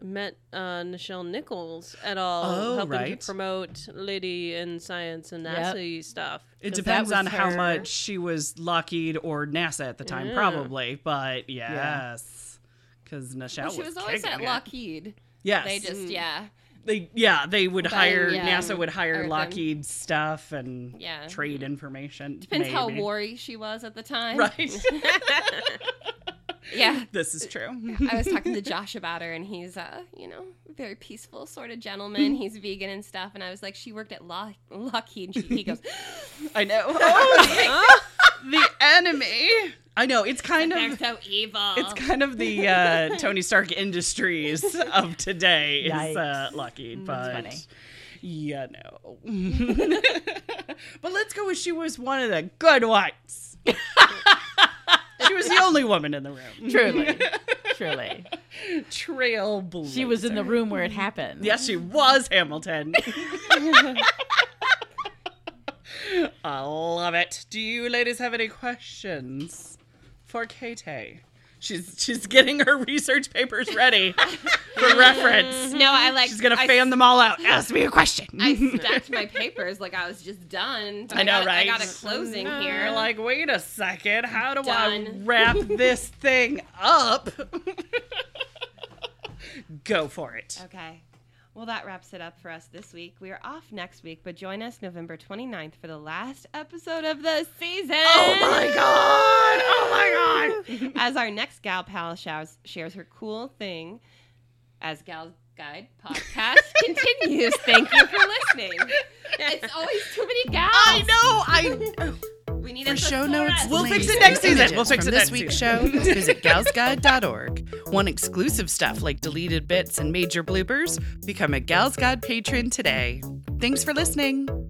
[SPEAKER 5] met uh, Nichelle Nichols at all,
[SPEAKER 1] Oh,
[SPEAKER 5] helping
[SPEAKER 1] right.
[SPEAKER 5] to promote Lady in Science and
[SPEAKER 4] Yep.
[SPEAKER 5] Nazi stuff.
[SPEAKER 1] It
[SPEAKER 4] 'Cause that
[SPEAKER 1] depends
[SPEAKER 4] was
[SPEAKER 1] on how
[SPEAKER 4] her-
[SPEAKER 1] much she was Lockheed or NASA at the time,
[SPEAKER 5] Yeah.
[SPEAKER 1] probably. But
[SPEAKER 4] Yeah.
[SPEAKER 1] yes, because Nichelle
[SPEAKER 3] Well, she was always
[SPEAKER 1] kicking
[SPEAKER 3] at
[SPEAKER 1] it.
[SPEAKER 3] Lockheed.
[SPEAKER 1] Yes, Mm.
[SPEAKER 3] They just yeah,
[SPEAKER 1] They- yeah they would hire
[SPEAKER 3] yeah,
[SPEAKER 1] NASA would hire
[SPEAKER 3] or them.
[SPEAKER 1] Lockheed stuff and
[SPEAKER 3] Yeah.
[SPEAKER 1] trade information.
[SPEAKER 3] depends how
[SPEAKER 1] maybe.
[SPEAKER 3] worried she was at the time.
[SPEAKER 1] [laughs]
[SPEAKER 3] [laughs]
[SPEAKER 1] Right.
[SPEAKER 3] Yeah.
[SPEAKER 1] this is [laughs] true.
[SPEAKER 3] I was talking to Josh about her, and he's, uh, you know, very peaceful sort of gentleman.
[SPEAKER 1] Mm-hmm.
[SPEAKER 3] He's vegan and stuff. And I was like, she worked at Lock- Lockheed. And she, he goes,
[SPEAKER 1] [laughs] I
[SPEAKER 3] [laughs]
[SPEAKER 1] know. [laughs] Oh, the, the enemy. I know. It's kind
[SPEAKER 3] they're
[SPEAKER 1] of
[SPEAKER 3] so evil.
[SPEAKER 1] It's kind of the
[SPEAKER 3] [laughs]
[SPEAKER 1] uh, Tony Stark Industries of today is uh,
[SPEAKER 3] Mm,
[SPEAKER 1] Lockheed, but
[SPEAKER 4] funny.
[SPEAKER 1] yeah, no.
[SPEAKER 3] [laughs]
[SPEAKER 1] [laughs] but let's go with she was one of the good
[SPEAKER 3] [laughs]
[SPEAKER 1] ones. she was the only woman in the room.
[SPEAKER 4] Truly.
[SPEAKER 3] [laughs]
[SPEAKER 4] Truly.
[SPEAKER 1] Trailblazer.
[SPEAKER 4] She was in the room where it happened.
[SPEAKER 1] Yes, she was
[SPEAKER 3] [laughs]
[SPEAKER 1] Hamilton. I love it. Do you ladies have any questions for Katie? She's she's getting her research papers ready
[SPEAKER 3] [laughs]
[SPEAKER 1] for reference.
[SPEAKER 3] No, I like.
[SPEAKER 1] She's gonna
[SPEAKER 3] I
[SPEAKER 1] fan them all out. Ask me a question. [laughs]
[SPEAKER 3] I stacked my papers like I was just done. but
[SPEAKER 1] I know,
[SPEAKER 3] got,
[SPEAKER 1] right? Oh,
[SPEAKER 3] I got a closing here.
[SPEAKER 1] You're like, wait a second. How do I
[SPEAKER 3] Done. [laughs]
[SPEAKER 1] wrap this thing up? [laughs] Go for it.
[SPEAKER 3] okay. Well, that wraps it up for us this week. We are off next week, but join us November 29th for the last episode of the season.
[SPEAKER 1] Oh my god! Oh my god!
[SPEAKER 3] As our next gal pal shares, shares her cool thing as Gal Guide [laughs] podcast continues. Thank you for listening. It's always too many gals.
[SPEAKER 1] I know. I
[SPEAKER 3] We need
[SPEAKER 6] For
[SPEAKER 3] a
[SPEAKER 6] show
[SPEAKER 3] thesaurus.
[SPEAKER 6] notes,
[SPEAKER 1] We'll fix
[SPEAKER 6] links,
[SPEAKER 1] it next
[SPEAKER 6] and
[SPEAKER 1] season.
[SPEAKER 6] images
[SPEAKER 1] We'll fix
[SPEAKER 6] from
[SPEAKER 1] it
[SPEAKER 6] this
[SPEAKER 1] next
[SPEAKER 6] week's
[SPEAKER 1] season. [laughs]
[SPEAKER 6] show. Visit galsguide.org. Want exclusive stuff like deleted bits and major bloopers? Become a Gals Guide patron today. Thanks for listening.